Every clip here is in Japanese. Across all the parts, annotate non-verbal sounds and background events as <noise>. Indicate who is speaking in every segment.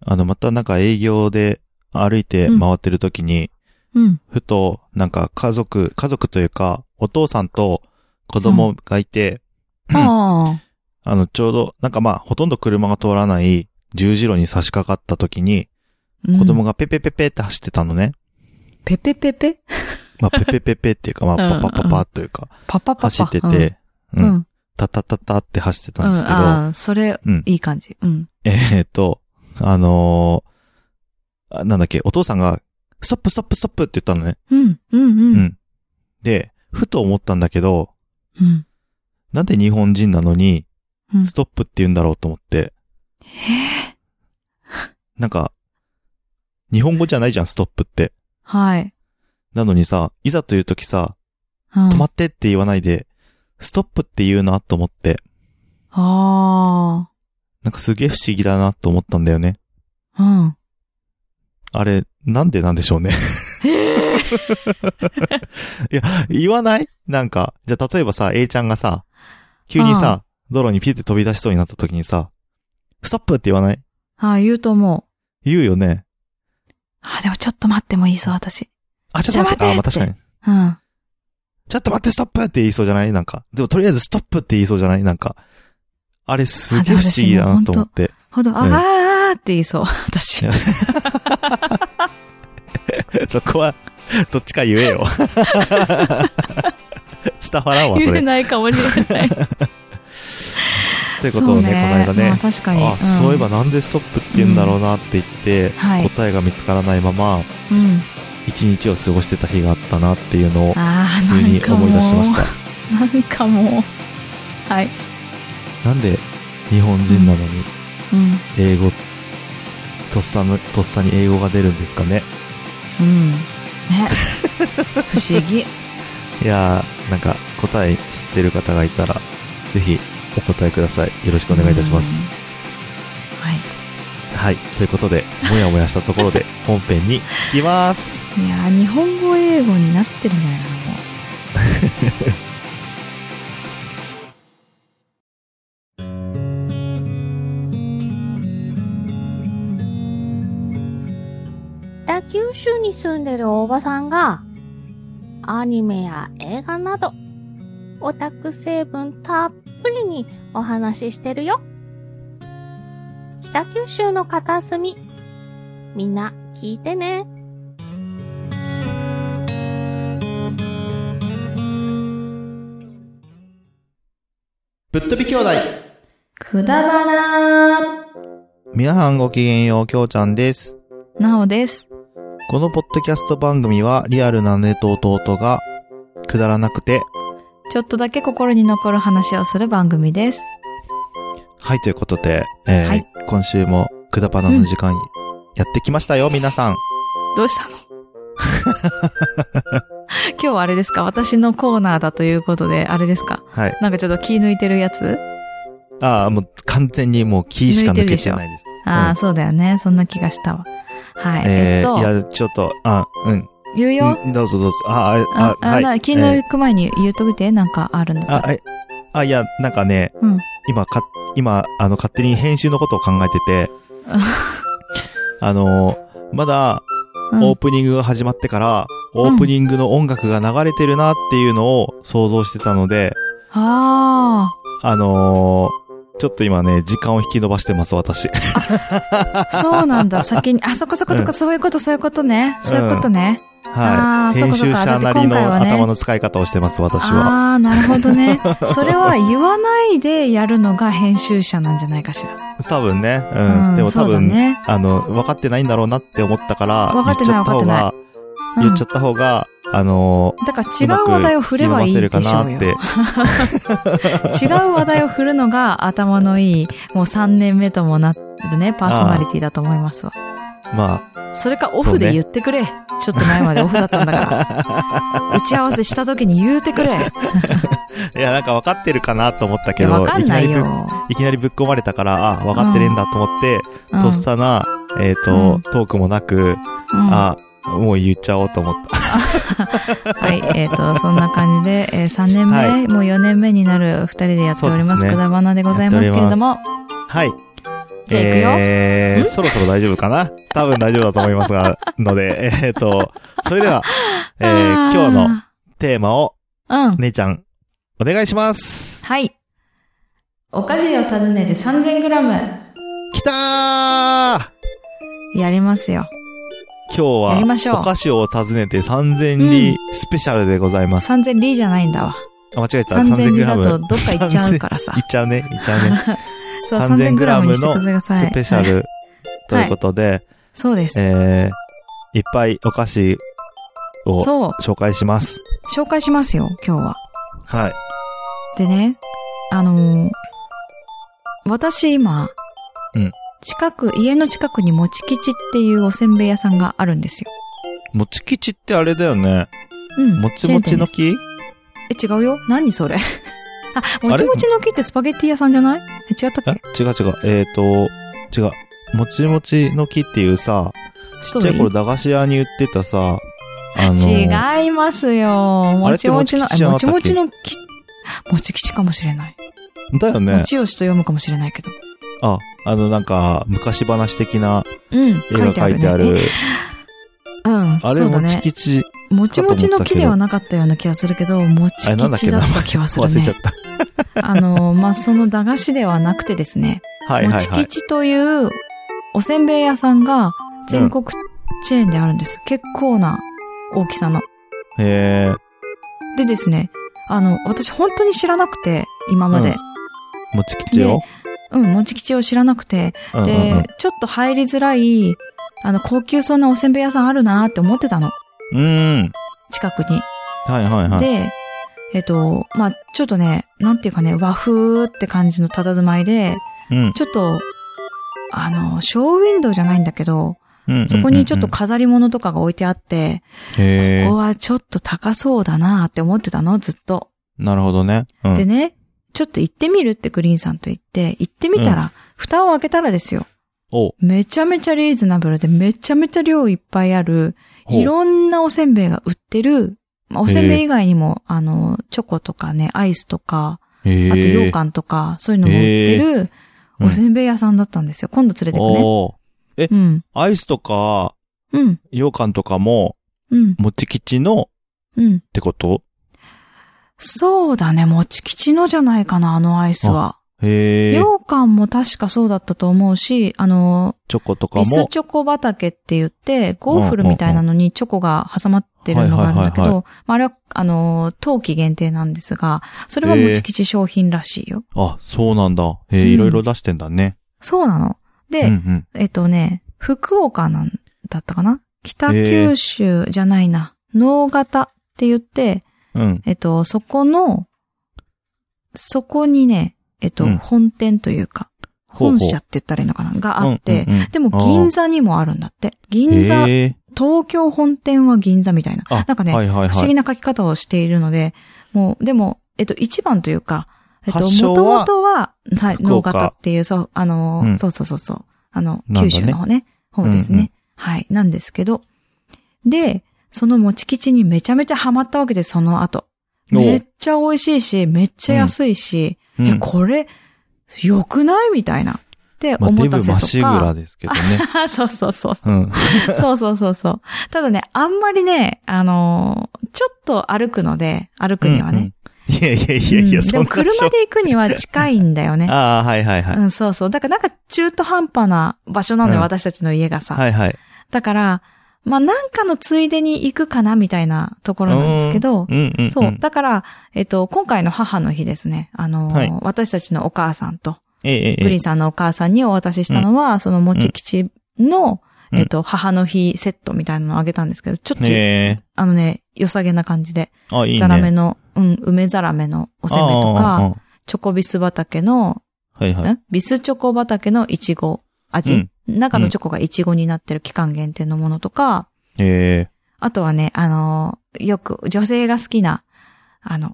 Speaker 1: あの、またなんか営業で歩いて回ってる時に、
Speaker 2: うん。
Speaker 1: ふと、なんか家族、家族というか、お父さんと子供がいて、
Speaker 2: あ
Speaker 1: あの、ちょうど、なんかまあ、ほとんど車が通らない十字路に差し掛かった時に、
Speaker 2: あ。
Speaker 1: 子供
Speaker 2: が。
Speaker 1: がペペペペって走ってたのね。
Speaker 2: ペペペペ
Speaker 1: まあ、ペペペペっていうか、まあ、
Speaker 2: <laughs> うんうん
Speaker 1: パパパパというか、
Speaker 2: パパパパ。
Speaker 1: 走ってて、う
Speaker 2: う。
Speaker 1: ん、
Speaker 2: うんん。
Speaker 1: タタタタって走って
Speaker 2: う
Speaker 1: たん
Speaker 2: ん
Speaker 1: ですけど、
Speaker 2: ああ、それ
Speaker 1: うん、
Speaker 2: いい感じ。うん。
Speaker 1: えーっと、あのーあなんだっけ、お父さんが、ストップストップストップって言ったのね。
Speaker 2: うん。うん。
Speaker 1: う
Speaker 2: うん。
Speaker 1: ん。で、ふと思ったんだけど、
Speaker 2: うん。
Speaker 1: なんで日本人なのに
Speaker 2: う、ん
Speaker 1: ストップって言うんだろうと思って。なんか、日本語じゃないじゃん、ストップって。
Speaker 2: はい。
Speaker 1: なのにさ、いざという時さ、
Speaker 2: 止
Speaker 1: 止まってって言わないで、ストップって言うなと思って、
Speaker 2: あ
Speaker 1: なんかすげえ不思議だなと思ったんだよね。
Speaker 2: あ。うん。
Speaker 1: あれ、なんでなんでしょうね。いや、言わないなんか、じゃあ例えばさ、A ちゃんがさ、急にさ、道路にピュって飛び出しそうになった時にさ、ストップって言わない
Speaker 2: ああ、言うと思う。
Speaker 1: 言うよね。
Speaker 2: ああ、でもちょっと待ってもいいぞ、私。
Speaker 1: あ、ちょっと待って。
Speaker 2: ち
Speaker 1: あ、ま
Speaker 2: ょっ
Speaker 1: あ、
Speaker 2: と待
Speaker 1: 確
Speaker 2: って
Speaker 1: かに。
Speaker 2: うん。
Speaker 1: ちょっと待って、ストップって言いそうじゃないなんか。でもとりあえずストップって言いそうじゃないなんか。あれすげえ不思議だなと思って。
Speaker 2: ほど、あ
Speaker 1: うん
Speaker 2: あーって言いそう、 <laughs> 私。
Speaker 1: そこは、どっちか言えよ。伝わらんわ、そ
Speaker 2: 言え
Speaker 1: れ。
Speaker 2: ないかもしれ
Speaker 1: <laughs>
Speaker 2: ない。っ
Speaker 1: ということをね、この間ね。
Speaker 2: 確かに。
Speaker 1: あ、
Speaker 2: ん
Speaker 1: そういえばなんでストップって言うんだろうなって言って、
Speaker 2: はい
Speaker 1: 答えが見つからないまま、
Speaker 2: うん。
Speaker 1: 一日を過ごしてた日があったなっていうのを、
Speaker 2: ああ、
Speaker 1: 急
Speaker 2: なん
Speaker 1: に
Speaker 2: かもう。
Speaker 1: 思い出しました。
Speaker 2: なんかもう。はい。
Speaker 1: なんで、日本人なのに、
Speaker 2: うん。
Speaker 1: 英語、とっさの、とっさに英語が出るんですかね。 <laughs>
Speaker 2: うん。ね。不思議。
Speaker 1: いやー、なんか、答え知ってる方がいたら、ぜひ、お答えください。よろしくお願いいたします。
Speaker 2: うん。はい。
Speaker 1: はい。ということで、もやもやしたところ
Speaker 2: <laughs>
Speaker 1: で、本編に行きます。
Speaker 2: いやー、日本語英語になってるんじゃないかな、もう。
Speaker 3: 北九州に住んでるおばさんが、アニメや映画など、オタク成分たっぷりにお話ししてるよ。北九州の片隅、みんな聞いてね。
Speaker 1: ぶっ飛び兄弟
Speaker 2: くだばな
Speaker 1: 皆さんごきげんよう、きょうちゃんです。
Speaker 2: なおです。
Speaker 1: このポッドキャスト番組はリアルな姉と弟がくだらなくて、
Speaker 2: ちょっとだけ心に残る話をする番組です。
Speaker 1: はいということで、えー
Speaker 2: はい
Speaker 1: 今週もくだばなの時間にやってきましたよ、皆さん。
Speaker 2: どうした
Speaker 1: <laughs>
Speaker 2: の今日はあれですか私のコーナーだということで、あれですか
Speaker 1: はい。
Speaker 2: なんかちょっと気抜いてるやつ
Speaker 1: ああ、もう完全にもうキーしか抜けてないです。
Speaker 2: ああ、
Speaker 1: うん
Speaker 2: そうだよね。そんな気がしたわ。はい。え
Speaker 1: え
Speaker 2: っ
Speaker 1: ー、い
Speaker 2: と、
Speaker 1: や、ちょっと、あ、うん。
Speaker 2: 言うよ。
Speaker 1: うんどうぞどうぞ。あ、
Speaker 2: あ
Speaker 1: あ、、あ、
Speaker 2: あ
Speaker 1: はい。
Speaker 2: な気
Speaker 1: え
Speaker 2: 抜
Speaker 1: ー
Speaker 2: く前に言っとくて、なんかあるんだった
Speaker 1: あ
Speaker 2: ら。、
Speaker 1: えあ、いや、なんかね、
Speaker 2: うん
Speaker 1: 今か、今、あの、勝手に編集のことを考えて
Speaker 2: <laughs>
Speaker 1: て、あのーまだ、
Speaker 2: うん
Speaker 1: オープニングが始まってから、オ
Speaker 2: ん
Speaker 1: ープニングの音楽が流れてるなっていうのを想像してたので、
Speaker 2: あ
Speaker 1: <laughs> あのーちょっと今ね、時間を引き延ばしてます、私。 <laughs>
Speaker 2: あ、そうなんだ。先に、あ、そこそこそこ、
Speaker 1: うん
Speaker 2: そういうこと、そういうことね。
Speaker 1: うん
Speaker 2: そういうことね。
Speaker 1: は
Speaker 2: あー
Speaker 1: い。
Speaker 2: そう
Speaker 1: 編
Speaker 2: かそう
Speaker 1: 集者
Speaker 2: か
Speaker 1: なり
Speaker 2: だって今回
Speaker 1: の
Speaker 2: はね
Speaker 1: 頭の使い方をしてます、私は。
Speaker 2: ああ、なるほど
Speaker 1: <laughs>
Speaker 2: ね。それは言わないでやるのが編集者なんじゃないかしら。
Speaker 1: 多分ね。う
Speaker 2: うん
Speaker 1: ん。でも多
Speaker 2: そうだ
Speaker 1: 分、
Speaker 2: ね
Speaker 1: あの、分かってないんだろうなって思ったから、
Speaker 2: 分
Speaker 1: 言
Speaker 2: か
Speaker 1: っ
Speaker 2: って
Speaker 1: ちゃ
Speaker 2: ない
Speaker 1: った方が、
Speaker 2: うん
Speaker 1: 言っちゃった方が、あの
Speaker 2: だから違う話題を振
Speaker 1: ー、
Speaker 2: れ
Speaker 1: 伸
Speaker 2: ば
Speaker 1: ば
Speaker 2: いい
Speaker 1: せるか
Speaker 2: でし
Speaker 1: な
Speaker 2: ょう
Speaker 1: っ
Speaker 2: よ。
Speaker 1: て。
Speaker 2: 違う話題を振るのが頭のいい、もう3年目ともなるね、パーソナリティだと思いますわ。
Speaker 1: <laughs> ま
Speaker 2: それかオフで言ってくれ。ちょっと前までオフだったん
Speaker 1: <laughs>
Speaker 2: だから。打ち合わせした時に言うてくれ。
Speaker 1: あ、いや、なんか分かってるかなと思った
Speaker 2: い
Speaker 1: け
Speaker 2: や、
Speaker 1: ど、
Speaker 2: わかん
Speaker 1: きな
Speaker 2: な
Speaker 1: り
Speaker 2: い
Speaker 1: ぶっ
Speaker 2: よ。
Speaker 1: いきなりぶっ込まれたから、あ、分かってねえんだと思って、
Speaker 2: うん
Speaker 1: とっさな、えっ、
Speaker 2: う
Speaker 1: と、
Speaker 2: ん
Speaker 1: トークもなく、
Speaker 2: うん
Speaker 1: あ、もう言っちゃおうと思った。
Speaker 2: はい、えっ、と、そんな感じで、えー3年目、
Speaker 1: は
Speaker 2: もう4年目になる2人でやっておりま
Speaker 1: そうです
Speaker 2: す、
Speaker 1: ね
Speaker 2: くだばなでございますけれども、
Speaker 1: はい。
Speaker 2: じゃあ行くよ。
Speaker 1: えー
Speaker 2: ん
Speaker 1: そろそろ大丈夫かな多分大丈夫だと思いますが、ので、 <laughs> えーっと、それでは、えー
Speaker 2: あー
Speaker 1: 今日のテーマを、
Speaker 2: うん。
Speaker 1: 姉ちゃん、お願いします。
Speaker 2: はい。お菓子を訪ねて 3000g。
Speaker 1: きたー今
Speaker 2: やりますよ。
Speaker 1: 日
Speaker 2: やり
Speaker 1: は、
Speaker 2: ましょう
Speaker 1: お菓子を訪ねて3000里スペシャルでございます。
Speaker 2: 3000里じゃないんだわ。
Speaker 1: あ、間違えた。
Speaker 2: 3000里
Speaker 1: 3000g。
Speaker 2: だとどっか行っちゃうからさ
Speaker 1: い。っちゃうね、いっちゃうね。
Speaker 2: <laughs> そう、3000g にしてください。
Speaker 1: スペシャ
Speaker 2: はい
Speaker 1: ルということで、
Speaker 2: そうです。
Speaker 1: えー、いっぱいお菓子を
Speaker 2: そう、
Speaker 1: 紹介します。
Speaker 2: 紹介しますよ、今日は。
Speaker 1: はい。
Speaker 2: でね、あのー私今、
Speaker 1: うん
Speaker 2: 近く、家の近くにもち吉っていうおせんべい屋さんがあるんですよ。
Speaker 1: もち吉ってあれだよね。
Speaker 2: うん。
Speaker 1: もちもちの
Speaker 2: チ
Speaker 1: 木
Speaker 2: ェーン店ですえ、違うよ何それ <laughs> あ、も
Speaker 1: あれ
Speaker 2: ちもちの木ってスパゲッティ屋さんじゃないえ、違ったっ
Speaker 1: え
Speaker 2: け
Speaker 1: 違う違う。えっ、ー、と、違う。もちもちの木っていうさ、
Speaker 2: ス
Speaker 1: ち
Speaker 2: ト
Speaker 1: っちゃ
Speaker 2: ー
Speaker 1: い
Speaker 2: リ
Speaker 1: 頃駄菓子屋に売ってたさ、あのー、
Speaker 2: ー違いますよ。もちもちの、
Speaker 1: あれって
Speaker 2: えも
Speaker 1: も
Speaker 2: ち
Speaker 1: ち
Speaker 2: も
Speaker 1: 吉
Speaker 2: ち
Speaker 1: じ
Speaker 2: の木、もち吉かもしれない。
Speaker 1: だよ
Speaker 2: も
Speaker 1: ね。
Speaker 2: ちよしと読むかもしれないけど。
Speaker 1: あ、あのなんか、昔話的な
Speaker 2: うん。
Speaker 1: 絵が書いてある。
Speaker 2: ねえうん。
Speaker 1: あれ
Speaker 2: そうだ
Speaker 1: も
Speaker 2: ね
Speaker 1: ち。吉、
Speaker 2: もちもちの木ではなかったような気がするけど、もち
Speaker 1: あれなんだっ
Speaker 2: 吉
Speaker 1: け
Speaker 2: だ
Speaker 1: 名
Speaker 2: っ
Speaker 1: 前
Speaker 2: た気はする
Speaker 1: 忘れちゃっ
Speaker 2: ね。
Speaker 1: た。
Speaker 2: あの、まあ、その駄菓子ではなくてですね、
Speaker 1: はいはいは
Speaker 2: も
Speaker 1: い
Speaker 2: ち。吉というおせんべい屋さんが全国チェーンであるんです。結構な大きさの。
Speaker 1: えー、
Speaker 2: でですね、あの、私本当に知らなくて、今まで。
Speaker 1: もち吉よ。
Speaker 2: うん、もち吉を知らなくて、
Speaker 1: うんうん
Speaker 2: で、ちょっと入りづらい、あの、高級そうなおせんべい屋さんあるなーって思ってたの。
Speaker 1: うん。うん。
Speaker 2: 近くに。
Speaker 1: はいはいはい。
Speaker 2: で、えっと、まあ、ちょっとね、なんていうかね、和風って感じの佇まいで、
Speaker 1: うん。
Speaker 2: ちょっと、あの、ショーウィンドウじゃないんだけど、
Speaker 1: うん
Speaker 2: そこにちょっと、飾り物とかが置いてあって、
Speaker 1: うんうんへ
Speaker 2: こ
Speaker 1: ー
Speaker 2: こはちょっと高そうだなって思ってたの、ずっと。
Speaker 1: なるほどね。うん
Speaker 2: でね、ちょっと行ってみるってグリーンさんと言って、行ってみたら、蓋を開けたらですよ。
Speaker 1: お
Speaker 2: めちゃめちゃリーズナブルで、めちゃめちゃ量いっぱいある、
Speaker 1: ほう
Speaker 2: いろんなおせんべいが売ってる、まあ、おせんべい以外にも、あの、チョコとかね、アイスとか、
Speaker 1: へ
Speaker 2: あ
Speaker 1: ー
Speaker 2: と羊羹とか、そういうのも売ってる、
Speaker 1: うん
Speaker 2: おせんべい屋さんだったんですよ。今度連れてくね。
Speaker 1: おー
Speaker 2: うん。
Speaker 1: アイスとか、
Speaker 2: うん。
Speaker 1: 羊羹とかも、
Speaker 2: うん。
Speaker 1: もち吉のっ
Speaker 2: うん。
Speaker 1: てこと
Speaker 2: そうだね。もち吉のじゃないかな、あのアイスは。
Speaker 1: へえ。
Speaker 2: 羊羹も確かそうだったと思うし、あの、
Speaker 1: チョコとか
Speaker 2: ビス
Speaker 1: も。
Speaker 2: チョコ畑って言って、ゴーフルみたいなのにチョコが挟まってるのがあるんだけ
Speaker 1: はいはいはい
Speaker 2: ど、まああれは、あの、冬季限定なんですが、それはもち吉商品らしいよ。
Speaker 1: あ、そうなんだ。へ
Speaker 2: う
Speaker 1: え、
Speaker 2: ん
Speaker 1: いろいろ出してんだね。
Speaker 2: そうなの。で、
Speaker 1: うんうん。
Speaker 2: えっとね、福岡なんだったかな北九州じゃないな。農型って言って、
Speaker 1: うん。
Speaker 2: えっと、そこの、そこにね、えっと、
Speaker 1: うん
Speaker 2: 本店というか、
Speaker 1: ほうほう
Speaker 2: 本社って言ったらいいのかながあって、
Speaker 1: うんうんうん
Speaker 2: でも銀座にもあるんだって。銀座、
Speaker 1: へー
Speaker 2: 東京本店は銀座みたいな。
Speaker 1: あ
Speaker 2: なんかね、
Speaker 1: はいはいはい
Speaker 2: 不思議な書き方をしているので、もう、でも、えっと、一番というか、えっと、
Speaker 1: 発祥
Speaker 2: もと
Speaker 1: は
Speaker 2: もとは、はい、
Speaker 1: 福岡
Speaker 2: 農方っていう、そう、あのー、
Speaker 1: うん
Speaker 2: そうそうそうそう、あの、
Speaker 1: なんだね
Speaker 2: 九州の方ね、方ですね、
Speaker 1: うんうん
Speaker 2: はい、なんですけど、で、そのもち吉にめちゃめちゃハマったわけです、その後。
Speaker 1: お
Speaker 2: めっちゃ美味しいし、めっちゃ安いし、
Speaker 1: う
Speaker 2: え、
Speaker 1: ん
Speaker 2: これ、良くないみたいな。って
Speaker 1: まあ、
Speaker 2: 思
Speaker 1: デ
Speaker 2: った
Speaker 1: ブ
Speaker 2: せと
Speaker 1: マ
Speaker 2: か。
Speaker 1: シグラですけど
Speaker 2: <laughs>
Speaker 1: ね。
Speaker 2: そうそうそうそう。
Speaker 1: うん。 <laughs>
Speaker 2: そうそうそうそう。ただね、あんまりね、あのーちょっと歩くので、歩くにはね。
Speaker 1: うんうん。いやいやいやいうや、
Speaker 2: んで
Speaker 1: そん
Speaker 2: も
Speaker 1: なしょ
Speaker 2: 車で行くには近いんだよ
Speaker 1: <laughs>
Speaker 2: ね。
Speaker 1: ああ、はいはいはい。
Speaker 2: うん、そうそう。だからなんか中途半端な場所なの
Speaker 1: う
Speaker 2: よ、
Speaker 1: ん
Speaker 2: 私たちの家がさ。
Speaker 1: はいはい。
Speaker 2: だから、まあなんかのついでに行くかな、みたいなところなんですけど、
Speaker 1: うんうんん。
Speaker 2: そう。だから、えっと、今回の母の日ですね。あのー
Speaker 1: はい
Speaker 2: 私たちのお母さんと、
Speaker 1: ええええ。
Speaker 2: グリーンさんのお母さんにお渡ししたのは、そのもち吉の、
Speaker 1: うん
Speaker 2: えっと、母の日セットみたいなのをあげたんですけど、ちょっと、
Speaker 1: え
Speaker 2: あのね、良さげな感じで、
Speaker 1: え。あ、いいね。
Speaker 2: ザラメの、うん、梅ザラメのおせんべいと
Speaker 1: あー
Speaker 2: か、
Speaker 1: あーあ
Speaker 2: チョコビス畑の、
Speaker 1: ーはいはい。
Speaker 2: んビスチョコ畑のいちご味、
Speaker 1: うん
Speaker 2: 中のチョコがいちごになってる期間限定のものとか、
Speaker 1: え
Speaker 2: あとはね、あのーよく女性が好きな、あの、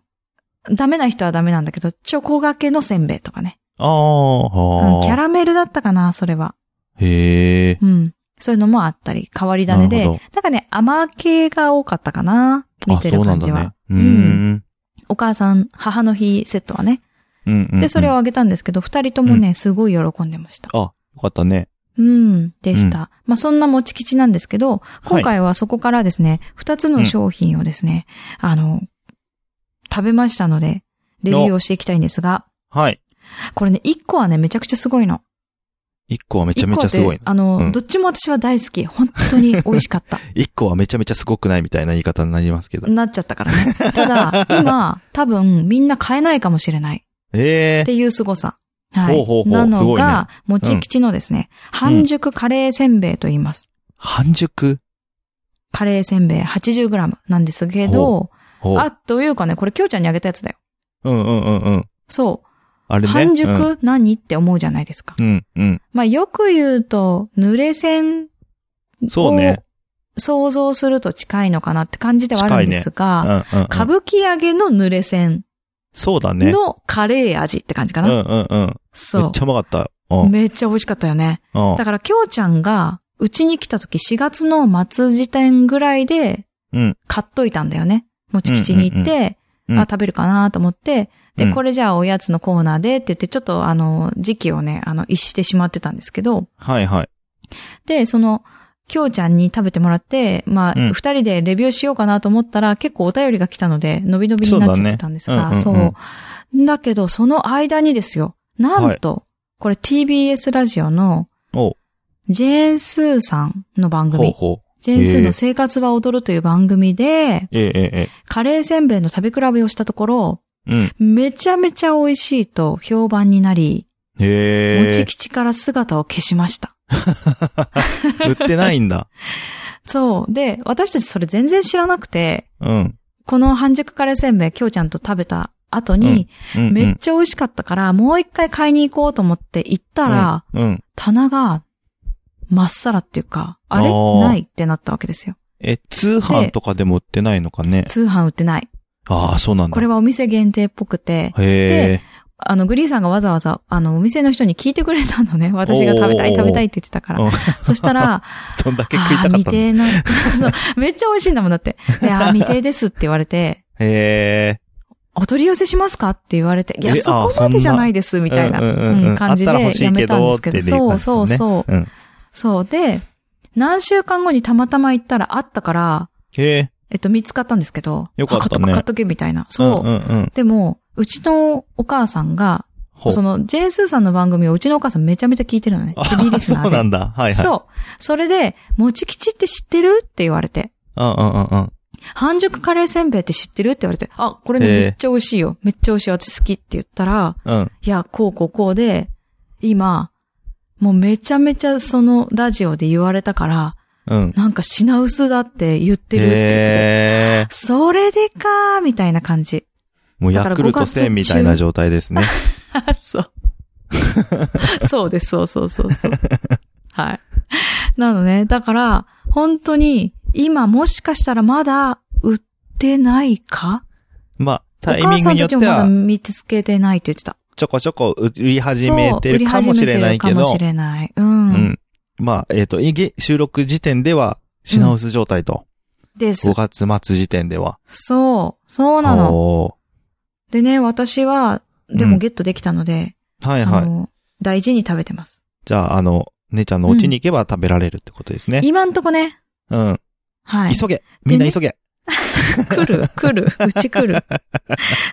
Speaker 2: ダメな人はダメなんだけど、チョコがけのせんべいとかね。
Speaker 1: ー、ああ、
Speaker 2: うん、
Speaker 1: はあ。
Speaker 2: キャラメルだったかな、それは。
Speaker 1: へえ。
Speaker 2: うん。そういうのもあったり、変わり種
Speaker 1: な
Speaker 2: で。
Speaker 1: るほ
Speaker 2: なんかね、甘系が多かったかな見
Speaker 1: あ、
Speaker 2: て
Speaker 1: そ
Speaker 2: る
Speaker 1: うなん
Speaker 2: 感
Speaker 1: だ
Speaker 2: じは。
Speaker 1: ね。うーん。
Speaker 2: お母さん、母の日セットはね。
Speaker 1: うんうんうん。
Speaker 2: で、それをあげたんですけど、二、人ともね、すごい喜んでました。
Speaker 1: あ、かったね。
Speaker 2: うん、でした。まあ、そんな持ち吉なんですけど、今
Speaker 1: はい。
Speaker 2: 回はそこからですね、二、つの商品をですね、あの、食べましたので、レビューをしていきたいんですが、
Speaker 1: はい。
Speaker 2: これね、一個はね、めちゃくちゃすごいの。
Speaker 1: 一個はめちゃめちゃすごい
Speaker 2: 一個って。あの、
Speaker 1: うん
Speaker 2: どっちも私は大好き。本当に美味し
Speaker 1: <laughs>
Speaker 2: かった。
Speaker 1: 一個はめちゃめちゃすごくないみたいな言い方になりますけど。
Speaker 2: なっちゃったからね。ただ、今、多分、みんな買えないかもしれない。
Speaker 1: え
Speaker 2: っ
Speaker 1: え
Speaker 2: ていう凄さ。は
Speaker 1: ほうほうほ
Speaker 2: い。
Speaker 1: う
Speaker 2: な
Speaker 1: す
Speaker 2: の
Speaker 1: ごいね
Speaker 2: が、もち吉のですね、半熟カレーせんべいと言います。
Speaker 1: 半熟
Speaker 2: カレーせんべい 80g なんですけど、
Speaker 1: ほう。
Speaker 2: あ、というかね、これ、きょうちゃんにあげたやつだよ。
Speaker 1: うんうんうんうん。
Speaker 2: そ
Speaker 1: あれ
Speaker 2: う。
Speaker 1: ね。
Speaker 2: 半熟、
Speaker 1: うん
Speaker 2: 何って思うじゃないですか。
Speaker 1: うんうん。
Speaker 2: まあ、よく言うと、濡れ線
Speaker 1: そうね。
Speaker 2: 想像すると近いのかなって感じではあるんです
Speaker 1: う
Speaker 2: が、
Speaker 1: んうんうん。
Speaker 2: 歌舞伎揚げの濡れ線
Speaker 1: そうだね。
Speaker 2: のカレー味って感じか
Speaker 1: うん
Speaker 2: な。
Speaker 1: うんうん。めっ
Speaker 2: そ
Speaker 1: ちゃうまかった。う
Speaker 2: う。
Speaker 1: ん。うん。
Speaker 2: めっちゃ美味しかったよね。だから、きょうちゃんが、うちに来た時4月の末時点ぐらいで、
Speaker 1: うん。
Speaker 2: 買っといたんだよね。もち吉に行って、
Speaker 1: うんうんうんうん
Speaker 2: あ、食べるかなと思って、
Speaker 1: う
Speaker 2: で、
Speaker 1: ん
Speaker 2: これじゃあおやつのコーナーでって言って、ちょっとあの、時期をね、あの、逸してしまってたんですけど、
Speaker 1: はいはい。
Speaker 2: で、その、きょうちゃんに食べてもらって、まあ、
Speaker 1: うん
Speaker 2: 二人でレビューしようかなと思ったら、結構お便りが来たので、伸び伸びになっちゃってたんですが、
Speaker 1: そ
Speaker 2: そうう
Speaker 1: だね
Speaker 2: だけど、その間にですよ、なんと、これ TBS ラジオの、
Speaker 1: おう
Speaker 2: ジェーンスーさんの番
Speaker 1: ほう
Speaker 2: 組。
Speaker 1: ほう。
Speaker 2: ジェーンスーの生活は踊るという番組で、
Speaker 1: えええ
Speaker 2: カレーせんべいの食べ比べをしたところ、
Speaker 1: え。うん。
Speaker 2: めちゃめちゃ美味しいと評判になり、
Speaker 1: へ
Speaker 2: もち
Speaker 1: え。
Speaker 2: 吉から姿を消しました。
Speaker 1: 売ってないんだ。
Speaker 2: そう。で、私たちそれ全然知らなくて、
Speaker 1: うん。
Speaker 2: この半熟カレーせんべい、きょうちゃんと食べた後に、
Speaker 1: うんうん
Speaker 2: めっちゃ美味しかったから、もう一回買いに行こうと思って行ったら、
Speaker 1: うんうん。
Speaker 2: 棚が、まっさらっていうか、あれ
Speaker 1: あー
Speaker 2: ないってなったわけですよ。
Speaker 1: え、通販とかでも売ってないのかね。
Speaker 2: 通販売ってない。
Speaker 1: ああ、そうなんだ。
Speaker 2: これはお店限定っぽくて、
Speaker 1: へえ。
Speaker 2: あの、グリーンさんがわざわざ、あの、お店の人に聞いてくれた
Speaker 1: <laughs>
Speaker 2: のね。私が食べたい
Speaker 1: おー
Speaker 2: 食べたいって言ってたから。
Speaker 1: うん
Speaker 2: そした
Speaker 1: <laughs>
Speaker 2: ら、
Speaker 1: どんだけ食い
Speaker 2: あ
Speaker 1: た
Speaker 2: ー
Speaker 1: かっ
Speaker 2: 未
Speaker 1: たのへ
Speaker 2: 定な、 <laughs> そうめっちゃ美味しいんだもんだって。で、あー未定ですって言われて、
Speaker 1: え。
Speaker 2: お取り寄せしますかって言われて、いや、
Speaker 1: え
Speaker 2: そこ
Speaker 1: あー
Speaker 2: までじゃないです、みたいな、
Speaker 1: うんうんうん
Speaker 2: うん感じで
Speaker 1: あったら欲し
Speaker 2: や
Speaker 1: い
Speaker 2: め
Speaker 1: けど
Speaker 2: たんですけど、
Speaker 1: っていう
Speaker 2: そ
Speaker 1: 感
Speaker 2: う
Speaker 1: じです
Speaker 2: そ
Speaker 1: よ
Speaker 2: う
Speaker 1: ね
Speaker 2: そう。
Speaker 1: うん。
Speaker 2: そうで、何週間後にたまたま行ったらあったから、
Speaker 1: へえ。
Speaker 2: えっと、見つかったんですけど、
Speaker 1: よかったね
Speaker 2: あ買っとけ買っとけみたいな。そう。
Speaker 1: うんうんうん。
Speaker 2: でも、うちのお母さんが、
Speaker 1: ほう
Speaker 2: その、ジェーンスーさんの番組をうちのお母さんめちゃめちゃ聞いてるのね。
Speaker 1: あ
Speaker 2: ヘビーリスナー
Speaker 1: そ
Speaker 2: で。
Speaker 1: うなんだ。はいはい。う。
Speaker 2: そう。それで、もち吉って知ってるって言われて。
Speaker 1: うんうんうんうん。
Speaker 2: 半熟カレーせんべいって知ってるって言われて。あ、これね、
Speaker 1: へえ
Speaker 2: めっちゃ美味しいよ。めっちゃ美味しい。私好きって言ったら、
Speaker 1: うん。
Speaker 2: いや、こうこうこうで、今、もうめちゃめちゃそのラジオで言われたから、
Speaker 1: うん。
Speaker 2: なんか品薄だって言ってるって言ってて
Speaker 1: へえ。
Speaker 2: それでかー、みたいな感じ。
Speaker 1: もうヤクルト
Speaker 2: だから
Speaker 1: 1000
Speaker 2: 5
Speaker 1: みたいな状態ですね。 <laughs>
Speaker 2: そう。そうです、そうそうそうそう。はい。なのね、だから、本当に、今もしかしたらまだ売ってないか
Speaker 1: まあ、
Speaker 2: お
Speaker 1: タイ
Speaker 2: 母
Speaker 1: ミン
Speaker 2: さ
Speaker 1: グ
Speaker 2: ん
Speaker 1: によ
Speaker 2: た
Speaker 1: っ
Speaker 2: ち
Speaker 1: て
Speaker 2: もまだ
Speaker 1: は、
Speaker 2: 見つけてないって言ってた。
Speaker 1: ちょこちょこ売り始
Speaker 2: そう
Speaker 1: めてるかもしれないけ
Speaker 2: 売り始めてるかも
Speaker 1: ど
Speaker 2: し、れない。う。
Speaker 1: うんん。まあ、えっと、いげ収録時点では、品薄状態と、
Speaker 2: です
Speaker 1: 5。月末時点では。
Speaker 2: そう。そうなの。
Speaker 1: お
Speaker 2: でね、私は、で
Speaker 1: う
Speaker 2: も
Speaker 1: ん
Speaker 2: ゲットできたので、
Speaker 1: ーはい
Speaker 2: あ
Speaker 1: はい。
Speaker 2: の、大事に食べてます。
Speaker 1: じゃあ、あの、姉ちゃんのお家に行けば食べられるってことですね。
Speaker 2: 今んとこね、
Speaker 1: うん。
Speaker 2: はい。
Speaker 1: 急げみんな急げ <laughs>
Speaker 2: 来る、来る、うち来る。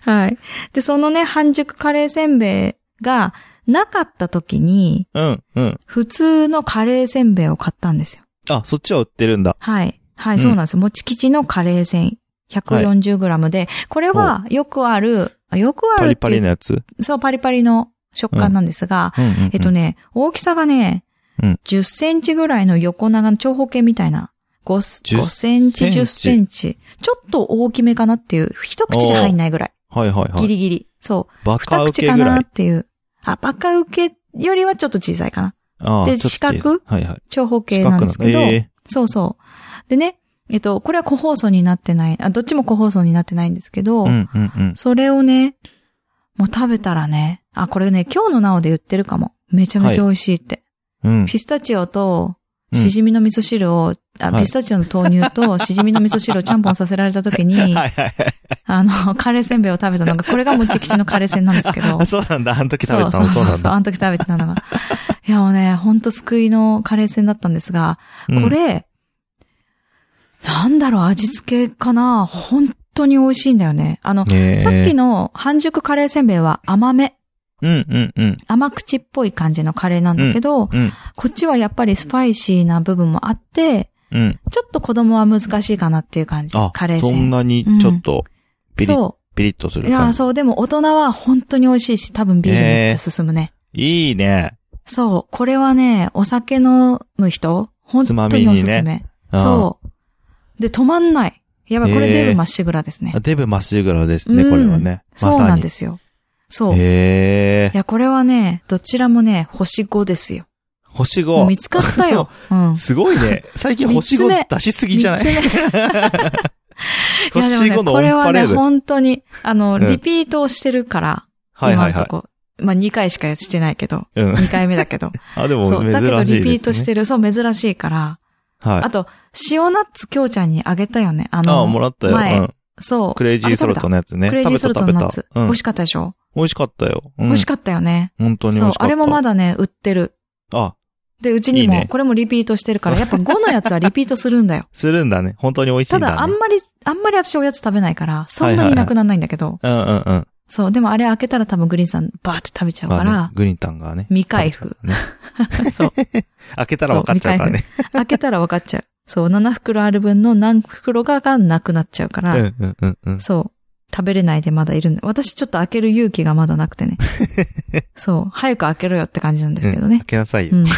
Speaker 2: はい。で、そのね、半熟カレーせんべいがなかった時に、
Speaker 1: うん、うん。
Speaker 2: 普通のカレーせんべいを買ったんですよ。
Speaker 1: あ、そっちは売ってるんだ。
Speaker 2: はい。は
Speaker 1: うん
Speaker 2: い、そうなんです。もち吉のカレーせん。140g で、これはよくある、あよくあ
Speaker 1: パ
Speaker 2: るっ
Speaker 1: リ
Speaker 2: てい
Speaker 1: パ
Speaker 2: う
Speaker 1: リのやつ。
Speaker 2: そう、パリパリの食感なんですが、
Speaker 1: うん、うんうん。
Speaker 2: えっとね、大きさがね、
Speaker 1: うん
Speaker 2: 10センチぐらいの横長の長方形みたいな。5,
Speaker 1: 10
Speaker 2: 5センチ、10センチ。ちょっと大きめかなっていう、一口で入んないぐらい。
Speaker 1: はいはいは
Speaker 2: ギ
Speaker 1: い。
Speaker 2: リギリ。そう。
Speaker 1: バカ
Speaker 2: 二
Speaker 1: ウ
Speaker 2: 口
Speaker 1: ケ
Speaker 2: か
Speaker 1: ぐら
Speaker 2: ないっ。ていう。あ、バカ受けよりはちょっと小さいかな。
Speaker 1: あー
Speaker 2: で
Speaker 1: ちょっと
Speaker 2: 四角
Speaker 1: はいはい。
Speaker 2: 長方形なんですけど。
Speaker 1: 四角え
Speaker 2: そうそう。でね、えっと、これは個包装になってない。あ、どっちも個包装になってないんですけど、
Speaker 1: ーうん、うん、うん。
Speaker 2: それをね、もう食べたらね、あ、これね、今日のなおで言ってるかも。めちゃめちゃ美味しいって。
Speaker 1: うん。
Speaker 2: ピスタチオと、
Speaker 1: うん
Speaker 2: しじみの味噌汁を、あ、
Speaker 1: はい
Speaker 2: ピスタチオの豆
Speaker 1: <laughs>
Speaker 2: 乳と、しじみの味噌汁をちゃんぽんさせられた時に、
Speaker 1: はいはいはい。
Speaker 2: あの、カレーせんべいを食べたのが、これがもち吉のカレーせんなんですけど
Speaker 1: あ、。そうなんだ。あの時食べてた
Speaker 2: そう
Speaker 1: の
Speaker 2: そ
Speaker 1: そうう
Speaker 2: そう
Speaker 1: なん
Speaker 2: そう。
Speaker 1: だ。
Speaker 2: あの時食べてたのが。 <laughs> いやもうね、ほんと救いのカレー戦だったんですが、
Speaker 1: うん
Speaker 2: これ、なんだろう、味付けかな本当に美味しいんだよね。あの、
Speaker 1: ねえ
Speaker 2: さっきの半熟カレーせんべいは甘め、
Speaker 1: うんうんうん。
Speaker 2: 甘口っぽい感じのカレーなんだけ
Speaker 1: う
Speaker 2: ど、
Speaker 1: ん。
Speaker 2: こっちはやっぱりスパイシーな部分もあって、
Speaker 1: うん。
Speaker 2: ちょっと子供は難しいかなっていう感じ
Speaker 1: あ、、
Speaker 2: カレー
Speaker 1: そん
Speaker 2: 戦。
Speaker 1: なにちょっと、ピリッ、
Speaker 2: そ
Speaker 1: ピリッとす
Speaker 2: う。
Speaker 1: る
Speaker 2: いやー、
Speaker 1: 感じ。
Speaker 2: そう、でも大人は本当に美味しいし、多分ビールめっちゃ進むね。
Speaker 1: いいね。
Speaker 2: そう、これはね、お酒飲む人、本当におすすめ。
Speaker 1: つまみにうん
Speaker 2: そう。で、止まんない。やばい、これ
Speaker 1: へえ
Speaker 2: デブまっしぐらですね。
Speaker 1: デブまっしぐらですね、
Speaker 2: うん
Speaker 1: これはね。まさ
Speaker 2: そ
Speaker 1: に。
Speaker 2: うなんですよ。そう。い
Speaker 1: へえ。
Speaker 2: や、これはね、どちらもね、星5ですよ。
Speaker 1: 星
Speaker 2: も
Speaker 1: 5
Speaker 2: う見。つかったよ。う
Speaker 1: <laughs>
Speaker 2: ん。
Speaker 1: すごいね。最近星
Speaker 2: 三つ目
Speaker 1: 5出しすぎじゃない
Speaker 2: 三つ
Speaker 1: <laughs>
Speaker 2: 目いやでも
Speaker 1: 星
Speaker 2: ね
Speaker 1: 5のオ
Speaker 2: これ
Speaker 1: ン
Speaker 2: は
Speaker 1: パレ
Speaker 2: ね、
Speaker 1: ード。
Speaker 2: 本当に、あの、
Speaker 1: うん
Speaker 2: リピートをしてるから、
Speaker 1: はいは
Speaker 2: 今
Speaker 1: い
Speaker 2: のと
Speaker 1: は
Speaker 2: こ。まあ、2回しかしてないけど、
Speaker 1: い。うん。
Speaker 2: 2回目だけど。
Speaker 1: あ、 <laughs> でも
Speaker 2: そう。
Speaker 1: 珍
Speaker 2: だけど、
Speaker 1: しい
Speaker 2: リピ
Speaker 1: で
Speaker 2: ートし
Speaker 1: すね。
Speaker 2: てる。そう、珍しいから。あ
Speaker 1: は
Speaker 2: と、塩ナッツきょうちゃんにあげたよね。あ
Speaker 1: い。
Speaker 2: の、
Speaker 1: あ、もらった
Speaker 2: 前
Speaker 1: よ。うん。
Speaker 2: そう。
Speaker 1: クレイジーソルト
Speaker 2: ね。
Speaker 1: のやつね。
Speaker 2: クレイジーソルトのナッツ。
Speaker 1: う
Speaker 2: 美
Speaker 1: ん
Speaker 2: 味。しかったでしょ
Speaker 1: 美味しかったよ。う
Speaker 2: 美
Speaker 1: ん
Speaker 2: 味し。かったよね。
Speaker 1: 本当に美
Speaker 2: そう
Speaker 1: 味し。かった。
Speaker 2: あれもまだね、売ってる。
Speaker 1: あ、
Speaker 2: で、うちにも、
Speaker 1: いいね。
Speaker 2: これもリピートしてるから、やっぱ5のやつはリピートするんだよ
Speaker 1: するんだね。本当に美味しい
Speaker 2: た
Speaker 1: んだね。
Speaker 2: だ、あんまり、あんまり私おやつ食べないから、そんなになくならないんだけど。
Speaker 1: うんうんうん。
Speaker 2: そう、でもあれ開けたら多分グリーンさんバーって食べちゃうから、
Speaker 1: まあねグリーンタンがね。
Speaker 2: 未開封。
Speaker 1: ね
Speaker 2: <laughs> そう。
Speaker 1: <laughs> 開けたら分かっちゃうからね。
Speaker 2: 開けたら分かっちゃう。そう、7袋ある分の何袋かがなくなっちゃうか
Speaker 1: う
Speaker 2: ら、
Speaker 1: んうんうんうん。
Speaker 2: そう。食べれないでまだいるんだ。私ちょっと開ける勇気がまだなく
Speaker 1: <laughs>
Speaker 2: てね。そう。早く開けろよって感じなんですけど
Speaker 1: うん
Speaker 2: ね
Speaker 1: 開。けなさいよ
Speaker 2: う。ん。
Speaker 1: さ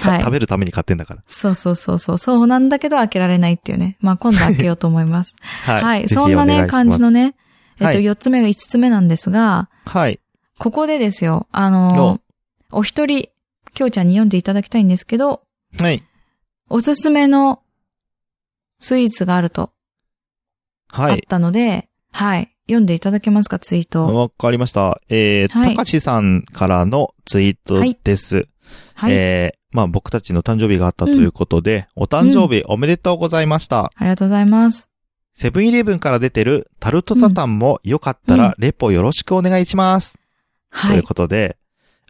Speaker 2: はい
Speaker 1: 食。べるために買ってんだから。
Speaker 2: そうそうそうそう。そうなんだけど開けられないっていうね。まあ今度開けようと思います。
Speaker 1: <laughs> は。
Speaker 2: はいい、
Speaker 1: ぜひ
Speaker 2: そんな
Speaker 1: お願い
Speaker 2: ね、
Speaker 1: し
Speaker 2: 感じの
Speaker 1: ます。
Speaker 2: ね。えっ
Speaker 1: は
Speaker 2: と、
Speaker 1: い
Speaker 2: 4つ目が5つ目なんですが、
Speaker 1: はい。
Speaker 2: ここでですよ、あのーお一人、きょうちゃんに読んでいただきたいんですけど、
Speaker 1: はい。
Speaker 2: おすすめのスイーツがあると、
Speaker 1: は
Speaker 2: あっ
Speaker 1: い。
Speaker 2: たので、はい、読んでいただけますか、ツイートを。
Speaker 1: わかりました。えー、
Speaker 2: はい
Speaker 1: たかしさんからのツイートです。
Speaker 2: はい。
Speaker 1: えー、まあ僕たちの誕生日があったということで、お誕生日おめでとうございました。
Speaker 2: ありがとうございます。
Speaker 1: セブンイレブンから出てるタルトタタンもよかった
Speaker 2: うん
Speaker 1: らレポよろしくお願いします。
Speaker 2: は
Speaker 1: という
Speaker 2: い。
Speaker 1: ことで、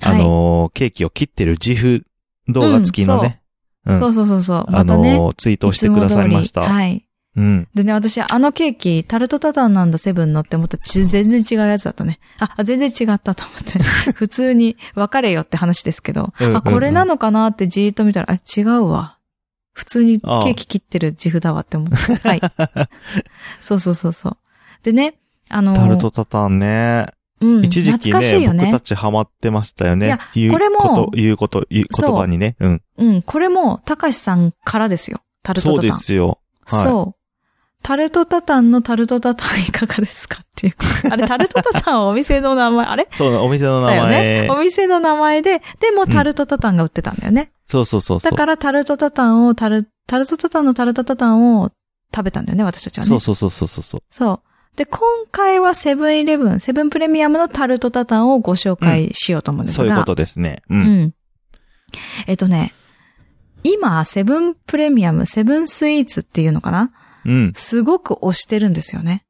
Speaker 2: はい
Speaker 1: あのーケーキを切ってる自負動画付きのね、うん
Speaker 2: そうそうそうそう。
Speaker 1: あ
Speaker 2: またね。
Speaker 1: のーツイートをして
Speaker 2: いつ
Speaker 1: く
Speaker 2: も
Speaker 1: ださいまし
Speaker 2: 通
Speaker 1: た。
Speaker 2: りはい。
Speaker 1: うん。
Speaker 2: でね、私、あのケーキ、タルトタタンなんだ、セブンのって思ったら、ち全然違うやつだったね。あ、あ全然違ったと思って。
Speaker 1: <laughs>
Speaker 2: 普通に、別れよって話ですけど、
Speaker 1: うんうんうん
Speaker 2: あ、これなのかなってじーっと見たら、あ、違うわ。普通にケーキ切ってる自負だわって思って。
Speaker 1: <laughs>
Speaker 2: はい。そうそうそうそう。でね、あのー、
Speaker 1: タルトタタンね。
Speaker 2: うん、
Speaker 1: 一時期
Speaker 2: 懐かしい
Speaker 1: ね
Speaker 2: よ
Speaker 1: 僕
Speaker 2: ね
Speaker 1: た。ちハマってましたよね。
Speaker 2: いや
Speaker 1: 言う
Speaker 2: これも
Speaker 1: こと、言うこと、言う
Speaker 2: そう
Speaker 1: 言葉にね。うん。
Speaker 2: うん、これも、たかしさんからですよ。タルト
Speaker 1: そう
Speaker 2: タ
Speaker 1: で
Speaker 2: タン。
Speaker 1: すよ。はい。
Speaker 2: そう。タルトタタンのタルトタタンいかがですかっていう。あれ、タルトタタンはお店の名前、あれ
Speaker 1: そう、お店の
Speaker 2: だ
Speaker 1: 名
Speaker 2: よ
Speaker 1: 前。
Speaker 2: ね。お店の名前で、でも
Speaker 1: ん
Speaker 2: タルトタタンが売ってたんだよね。
Speaker 1: そうそうそうそう。
Speaker 2: だからタルトタタンをタル、タルトタタンのタルトタタンを食べたんだよね、私たちはね。
Speaker 1: そうそうそうそうそうそう。
Speaker 2: そうで、今回はセブンイレブン、セブンプレミアムのタルトタタンをご紹介しようと思うんです
Speaker 1: そ
Speaker 2: が。
Speaker 1: ういうことですね。う。
Speaker 2: うんん。えっとね、今、セブンプレミアム、セブンスイーツっていうのかな
Speaker 1: うん。
Speaker 2: すごく推してるんですよね。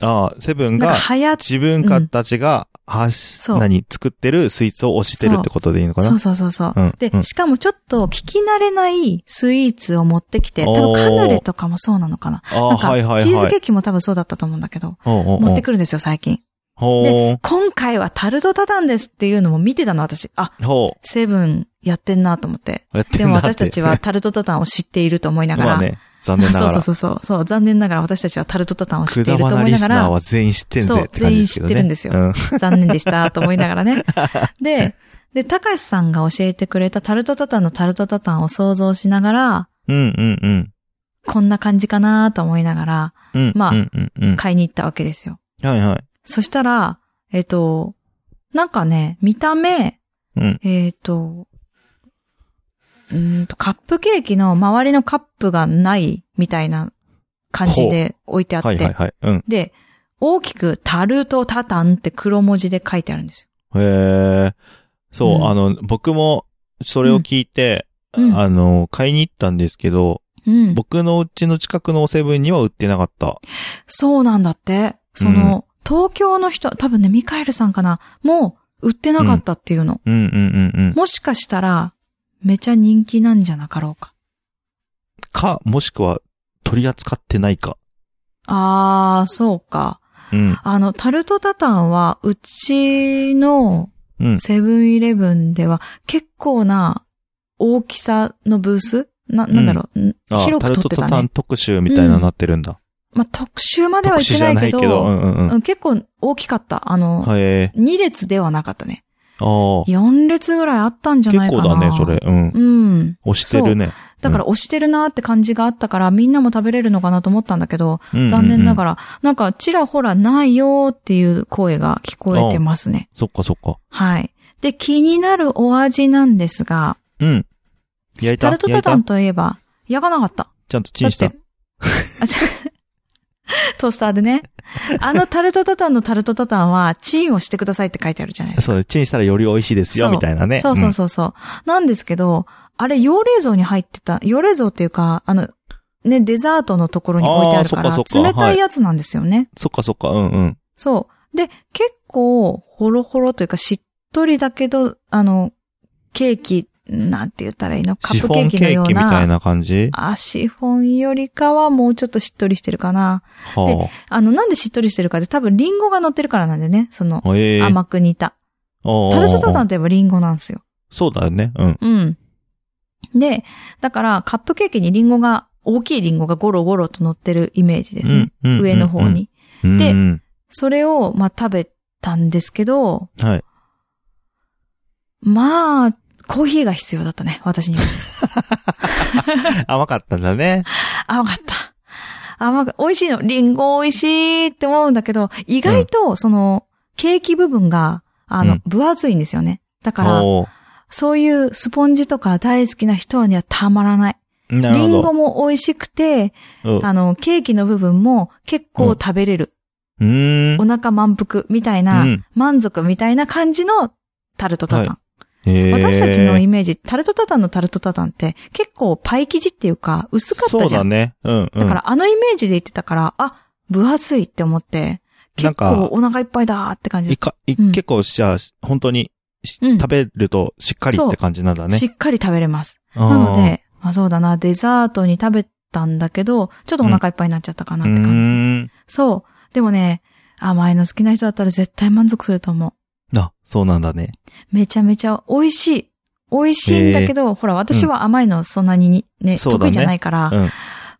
Speaker 1: ああ、セブン
Speaker 2: なん
Speaker 1: が
Speaker 2: か流行っ
Speaker 1: 自分かたちが、はし、
Speaker 2: そう
Speaker 1: 何、作ってるスイーツを推してるってことでいいのかな
Speaker 2: そうそうそうそう。
Speaker 1: うん
Speaker 2: で、
Speaker 1: うん
Speaker 2: しかもちょっと聞き慣れないスイーツを持ってきて、多分
Speaker 1: お
Speaker 2: カ
Speaker 1: ー
Speaker 2: ヌレとかもそうなのかな。
Speaker 1: あ
Speaker 2: な
Speaker 1: あ、
Speaker 2: んか、
Speaker 1: はいはいはい。
Speaker 2: チーズケーキも多分そうだったと思うんだけど、持
Speaker 1: 持
Speaker 2: ってくるんですよ、最近。
Speaker 1: ほ
Speaker 2: 今回はタルトタタンですっていうのも見てたの、私。あ、
Speaker 1: う。ほ
Speaker 2: セブンやってんなと思って。
Speaker 1: う。やって
Speaker 2: で
Speaker 1: ん
Speaker 2: も
Speaker 1: なって
Speaker 2: 私たちは、タルトタタンを知っていると思いなが
Speaker 1: ま
Speaker 2: ら。
Speaker 1: あね、残念なが
Speaker 2: そう
Speaker 1: ら。
Speaker 2: <laughs> そうそうそう。そう、残念ながら私たちはタルトタタンを知
Speaker 1: く
Speaker 2: って
Speaker 1: だ
Speaker 2: いると
Speaker 1: ばな
Speaker 2: 思い
Speaker 1: リ <laughs>
Speaker 2: な
Speaker 1: ス
Speaker 2: が
Speaker 1: ナーは
Speaker 2: ら、
Speaker 1: 全員知ってん
Speaker 2: そ
Speaker 1: ぜ
Speaker 2: う
Speaker 1: って感じですけどね。
Speaker 2: 全員知ってる
Speaker 1: うん
Speaker 2: 残念でしたと思いなが
Speaker 1: <laughs>
Speaker 2: らね。で、で、高橋さんが教えてくれたタルトタタンのタルトタタンを想像しながら、
Speaker 1: うんうんうん。
Speaker 2: こんな感じかなと思いながら
Speaker 1: うん。
Speaker 2: まあ
Speaker 1: うんうんうん。
Speaker 2: 買いに行ったわけですよ。
Speaker 1: はいはい。
Speaker 2: そしたら、えっ、と、なんかね、見た目、
Speaker 1: うん。
Speaker 2: えっ、と、うーんと、カップケーキの周りのカップがないみたいな感じで置いてあって、
Speaker 1: はいはいはい。うん。
Speaker 2: で、大きくタルトタタンって黒文字で書いてあるんです
Speaker 1: へえ。そうう、
Speaker 2: ん
Speaker 1: あの、僕も、それを聞いて、
Speaker 2: よ。うん。
Speaker 1: あの、買いに行ったんですけど、
Speaker 2: うん、
Speaker 1: 僕のうちの近くのセブンには売ってなかった。
Speaker 2: そうなんだって。その、東京の人、多分ね、ミカエルさんかな、もう売ってなかったっていうの。
Speaker 1: うんうんうんうん。
Speaker 2: もしかしたら、めちゃ人気なんじゃなかろうか。
Speaker 1: か、もしくは、取り扱ってないか。
Speaker 2: あー、そうか。
Speaker 1: うん。
Speaker 2: あの、タルトタタンは、うちの
Speaker 1: うん。
Speaker 2: セブンイレブンでは結構な大きさのブースな、なんだろう、ん
Speaker 1: あ
Speaker 2: 広
Speaker 1: タル
Speaker 2: く撮っ
Speaker 1: ト
Speaker 2: て
Speaker 1: タ
Speaker 2: た
Speaker 1: タン
Speaker 2: ね。
Speaker 1: 特集みたいなのなってるんだ。
Speaker 2: まあ、特集までは
Speaker 1: 特
Speaker 2: い
Speaker 1: 集
Speaker 2: け
Speaker 1: じ
Speaker 2: な
Speaker 1: ゃ
Speaker 2: い
Speaker 1: な
Speaker 2: け
Speaker 1: い
Speaker 2: ど、
Speaker 1: けど、うんうんうん。
Speaker 2: うん結構大きかった。あの、
Speaker 1: はいえ
Speaker 2: 2列ではなかったね。
Speaker 1: ー。あ
Speaker 2: 4列ぐらいあったんじ
Speaker 1: あ。
Speaker 2: ゃない
Speaker 1: 結
Speaker 2: かな。
Speaker 1: 構だね、それ。うん。
Speaker 2: うん。
Speaker 1: 押してるね。
Speaker 2: だから押してるなーって感じがあったから、みんなも食べれるのかなと思ったんだけど、残念なが
Speaker 1: ら。
Speaker 2: ら、なんかちらほらないよーっていう声が聞こえてますね。
Speaker 1: そっかそっか。
Speaker 2: はい。で、気になるお味なんですが、
Speaker 1: うん。焼いた
Speaker 2: タルト
Speaker 1: 焼
Speaker 2: タ
Speaker 1: い
Speaker 2: タ
Speaker 1: た
Speaker 2: ンといえば、焼かなかった。
Speaker 1: ちゃんとチンした
Speaker 2: だっ。てあ、ちょ <laughs> トースターでね。あのタルトタタンのタルトタタンは、チンをしてくださいって書いてあるじゃないです
Speaker 1: そ
Speaker 2: か。
Speaker 1: うね、チンしたらより美味しいですよ、
Speaker 2: そう
Speaker 1: みたいなね。
Speaker 2: そうそう
Speaker 1: そ
Speaker 2: そうそう、なんですけど、あれ、用冷蔵に入ってた、用冷蔵っていうか、あの、ね、デザートのところに置いてあるから、
Speaker 1: あーそっかそっか
Speaker 2: 冷たいやつなんですよね、
Speaker 1: うん。そっかそっか、うんうん。
Speaker 2: そう。で、結構、ほろほろというか、しっとりだけど、あの、ケーキ、なんて言ったらいいのカッ
Speaker 1: シフ
Speaker 2: プケ
Speaker 1: ォ
Speaker 2: ー
Speaker 1: ン
Speaker 2: キの
Speaker 1: ケ
Speaker 2: よ
Speaker 1: ー
Speaker 2: う
Speaker 1: キみたい
Speaker 2: な。
Speaker 1: な感じ
Speaker 2: あ、シフォンよりかはもうちょっとしっとりしてるかな。
Speaker 1: は
Speaker 2: あの、なんでしっとりしてるかって多分リンゴが乗ってるからなんだよね。その、
Speaker 1: あ。ええ。
Speaker 2: 甘く煮た。タルトタタン
Speaker 1: ン
Speaker 2: といえばリンゴなんですよ。
Speaker 1: そうだよね。うん。
Speaker 2: うん。で、だからカップケーキにリンゴが、大きいリンゴがゴロゴロと乗ってるイメージですね。
Speaker 1: うん
Speaker 2: 上の方。に。
Speaker 1: うん
Speaker 2: で
Speaker 1: うん
Speaker 2: それを、まあ、食べたんですけど、
Speaker 1: うんはい。
Speaker 2: まあ、コーヒーが必要だったね、私
Speaker 1: <laughs>
Speaker 2: には。
Speaker 1: 甘かったんだね。
Speaker 2: 甘かった。甘か美味しいの。リンゴ美味しいって思うんだけど、意外と、その、ケーキ部分が、あの、
Speaker 1: うん
Speaker 2: 分厚いんですよね。だから、
Speaker 1: おー
Speaker 2: そういうスポンジとか大好きな人にはたまらない。
Speaker 1: なる
Speaker 2: リ
Speaker 1: ほ
Speaker 2: ン
Speaker 1: ど
Speaker 2: ゴ。も美味しくて、
Speaker 1: うん
Speaker 2: あの、ケーキの部分も結構食べれる。
Speaker 1: うーん。
Speaker 2: お腹満腹みたいな、
Speaker 1: うん
Speaker 2: 満足みたいな感じのタルトタタン。
Speaker 1: はへー
Speaker 2: 私たちのイメージ、タルトタタンのタルトタタンって結構パイ生地っていうか薄かったじ
Speaker 1: そう
Speaker 2: ゃ
Speaker 1: だ
Speaker 2: ん。だ
Speaker 1: ね。うん、うん。
Speaker 2: からあのイメージで言ってたから、あ、分厚いって思って、
Speaker 1: な
Speaker 2: 結
Speaker 1: んか
Speaker 2: 構お腹いっぱいだーって感じ
Speaker 1: いか、い
Speaker 2: うん
Speaker 1: 結構、じゃあ、本当に、し
Speaker 2: うん
Speaker 1: 食べるとしっかりって感じなんだね。
Speaker 2: しっかり食べれます。
Speaker 1: あー
Speaker 2: なの、で、まあそうだな、デザートに食べたんだけど、ちょっとお腹いっぱいになっちゃったかな
Speaker 1: う
Speaker 2: って感じ。
Speaker 1: ーん。
Speaker 2: そう。でもね、甘いの好きな人だったら絶対満足すると思う。
Speaker 1: あ、そうなんだね。
Speaker 2: めちゃめちゃ美味しい。美味しいんだけど、ほら、私は甘いのそんなににね、
Speaker 1: そうだね
Speaker 2: 得意じゃないから、
Speaker 1: うん。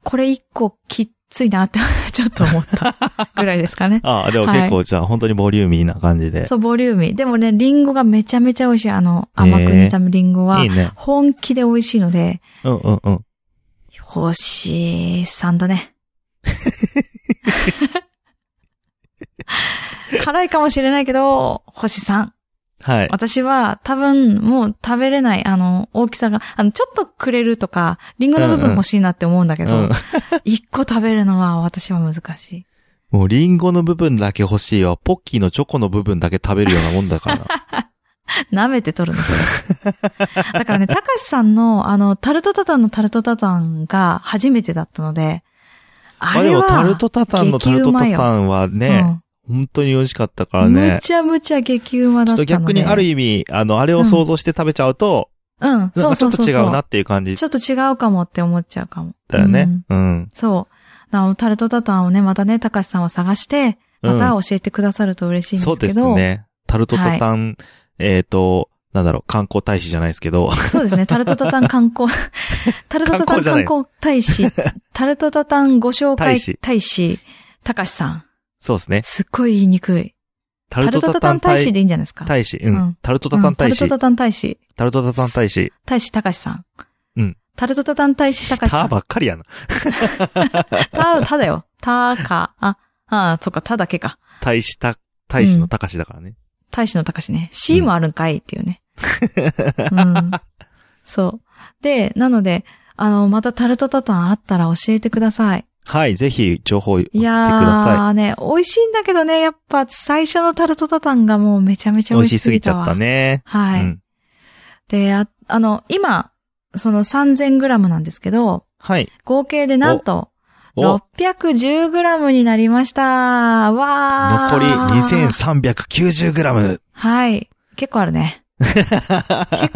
Speaker 2: これ一個きっついなって <laughs> ちょっと思ったぐらいですかね
Speaker 1: <laughs> ああ、でも
Speaker 2: はい
Speaker 1: 結構、じゃあ、本当にボリューミーな感じで。
Speaker 2: そう、ボリューミー。でもね、リンゴがめちゃめちゃ美味しい。あの、甘く煮たリンゴはい
Speaker 1: い、ね。
Speaker 2: 本気で美味しいので、
Speaker 1: うんうんうん。
Speaker 2: 星3
Speaker 1: <laughs>
Speaker 2: だね。辛いかもしれないけど、星3。
Speaker 1: はい。
Speaker 2: 私は多分もう食べれない、あの、大きさが、あの、ちょっとくれるとか、リンゴの部分欲しいなって思うんだけ
Speaker 1: う
Speaker 2: ど
Speaker 1: ん、
Speaker 2: 一、個食べるのは私は難しい。
Speaker 1: もう、リンゴの部分だけ欲しいわ。ポッキーのチョコの部分だけ食べるようなもんだ
Speaker 2: <laughs>
Speaker 1: からな。
Speaker 2: 舐めて取るの、
Speaker 1: <laughs>
Speaker 2: それ。だからね、たかしさんの、あの、タルトタタンのタルトタタンが初めてだったので、あ
Speaker 1: まあで
Speaker 2: れ
Speaker 1: も、
Speaker 2: は、
Speaker 1: タルトタタンのタルトタタンはね、本当に美味しかったから
Speaker 2: うん、む
Speaker 1: ね。
Speaker 2: ちゃむちゃ激うま
Speaker 1: ち
Speaker 2: だ
Speaker 1: ょ
Speaker 2: っ
Speaker 1: ったと
Speaker 2: の
Speaker 1: 逆
Speaker 2: で。
Speaker 1: にある意味、あの、あれを想像して食べちゃうと、
Speaker 2: うん、
Speaker 1: な
Speaker 2: そ
Speaker 1: ん
Speaker 2: う
Speaker 1: かち
Speaker 2: そ
Speaker 1: ょっ
Speaker 2: うそ
Speaker 1: と
Speaker 2: うそう。
Speaker 1: 違うなっていう感じ
Speaker 2: ちょっと違うかもって思っちゃうかも。
Speaker 1: だよ
Speaker 2: う
Speaker 1: ね
Speaker 2: ん。
Speaker 1: うん。
Speaker 2: そう。なおタルトタタンをね、またね、たかしさんを探して、また
Speaker 1: う
Speaker 2: 教えてくださると嬉しいんで
Speaker 1: そう
Speaker 2: すけ
Speaker 1: で
Speaker 2: ど。
Speaker 1: すね。タルトタタン、えっと、なんだろう、観光大使じゃないですけど、
Speaker 2: <laughs>
Speaker 1: <laughs>
Speaker 2: そうですね。タルトタタン観光、タルトタタ
Speaker 1: 観
Speaker 2: ン
Speaker 1: 光じゃな
Speaker 2: 観
Speaker 1: い
Speaker 2: 光大使、タルトタタンご紹介
Speaker 1: 大使
Speaker 2: 大使、たかしさん。
Speaker 1: そうですね。
Speaker 2: すっごい言いにくい。
Speaker 1: タ
Speaker 2: タルトタタン大使でいいんじゃないですか。
Speaker 1: 大使、う
Speaker 2: うん
Speaker 1: ん。タルトタタ
Speaker 2: う
Speaker 1: ン
Speaker 2: んタ
Speaker 1: 大
Speaker 2: ルト
Speaker 1: 使
Speaker 2: タ。タン大使、
Speaker 1: タルトタタン大使。
Speaker 2: 大使たかしさん。
Speaker 1: うん
Speaker 2: タルトタタン大使たかしさ
Speaker 1: タ
Speaker 2: ん。
Speaker 1: ばっかりやな。
Speaker 2: た、ただよ。たか、あ、あそっか、ただけか。
Speaker 1: 大使た、大使の高しだからね。
Speaker 2: 大使のたかしね。C もあるんかいっていうね。うん。そう。で、なので、あの、またタルトタタンあったら教えてください。
Speaker 1: はい、ぜひ情報を教えてく
Speaker 2: い
Speaker 1: だ
Speaker 2: や
Speaker 1: さ
Speaker 2: ーね、美味しいんだけどね、やっぱ最初のタルトタタンがもうめちゃめち
Speaker 1: い。
Speaker 2: ゃ
Speaker 1: 美味
Speaker 2: 美味
Speaker 1: し
Speaker 2: し
Speaker 1: す
Speaker 2: す
Speaker 1: ぎ
Speaker 2: ぎ
Speaker 1: ち
Speaker 2: た
Speaker 1: ゃっ
Speaker 2: わ。
Speaker 1: たね。う
Speaker 2: はい。
Speaker 1: ん。
Speaker 2: で、あ、あの、今、その 3000g なんですけど、
Speaker 1: はい。
Speaker 2: 合計でなんと、
Speaker 1: お、
Speaker 2: 610g になりました。わー。
Speaker 1: 残り2390グラム。
Speaker 2: はい。結構あるね。結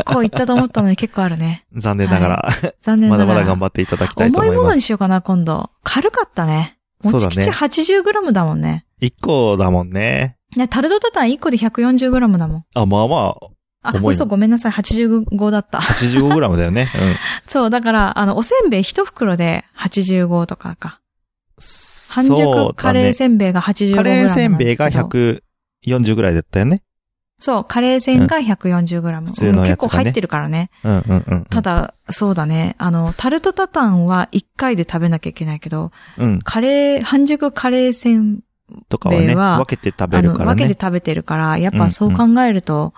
Speaker 2: 構行ったと思ったのに結構あるね。
Speaker 1: 残念ながら、
Speaker 2: 残念な
Speaker 1: まだ
Speaker 2: がら。
Speaker 1: まだ頑張っていただきたいと思い
Speaker 2: 重いも
Speaker 1: ま
Speaker 2: の
Speaker 1: す。
Speaker 2: にしようかな、今度。軽かったね。
Speaker 1: そ
Speaker 2: も
Speaker 1: うだ
Speaker 2: ち
Speaker 1: ね
Speaker 2: 吉 80g だもんね。
Speaker 1: 1個だもんね。
Speaker 2: ね、タルトタタン1個で 140g だもん。
Speaker 1: あ、まあまあ、
Speaker 2: あ、
Speaker 1: 重いの
Speaker 2: 嘘ごめんなさい、85だった。 <laughs>
Speaker 1: 85g だよね。うん。
Speaker 2: そう、だから、あの、おせんべい1袋で85とかか。半
Speaker 1: そう
Speaker 2: 熟
Speaker 1: だ
Speaker 2: カレー
Speaker 1: ね
Speaker 2: せんべいが 85g
Speaker 1: カレーせん
Speaker 2: なん
Speaker 1: べ
Speaker 2: で
Speaker 1: い
Speaker 2: すけど
Speaker 1: が140ぐらいだったよね。
Speaker 2: そう、カレーせんが 140g。
Speaker 1: 普通のやつがね
Speaker 2: 結構入ってるからね。
Speaker 1: うんうんうん。
Speaker 2: た、だ、そうだね。あの、タルトタタンは1回で食べなきゃいけないけど、
Speaker 1: うん。
Speaker 2: カレー、半熟カレーせん、
Speaker 1: とかはね、
Speaker 2: 米は
Speaker 1: 分けて食べ
Speaker 2: あ
Speaker 1: る
Speaker 2: の、
Speaker 1: から
Speaker 2: 分けて
Speaker 1: ね。
Speaker 2: 食べてるから、やっ
Speaker 1: うんうん
Speaker 2: ぱそう考えると、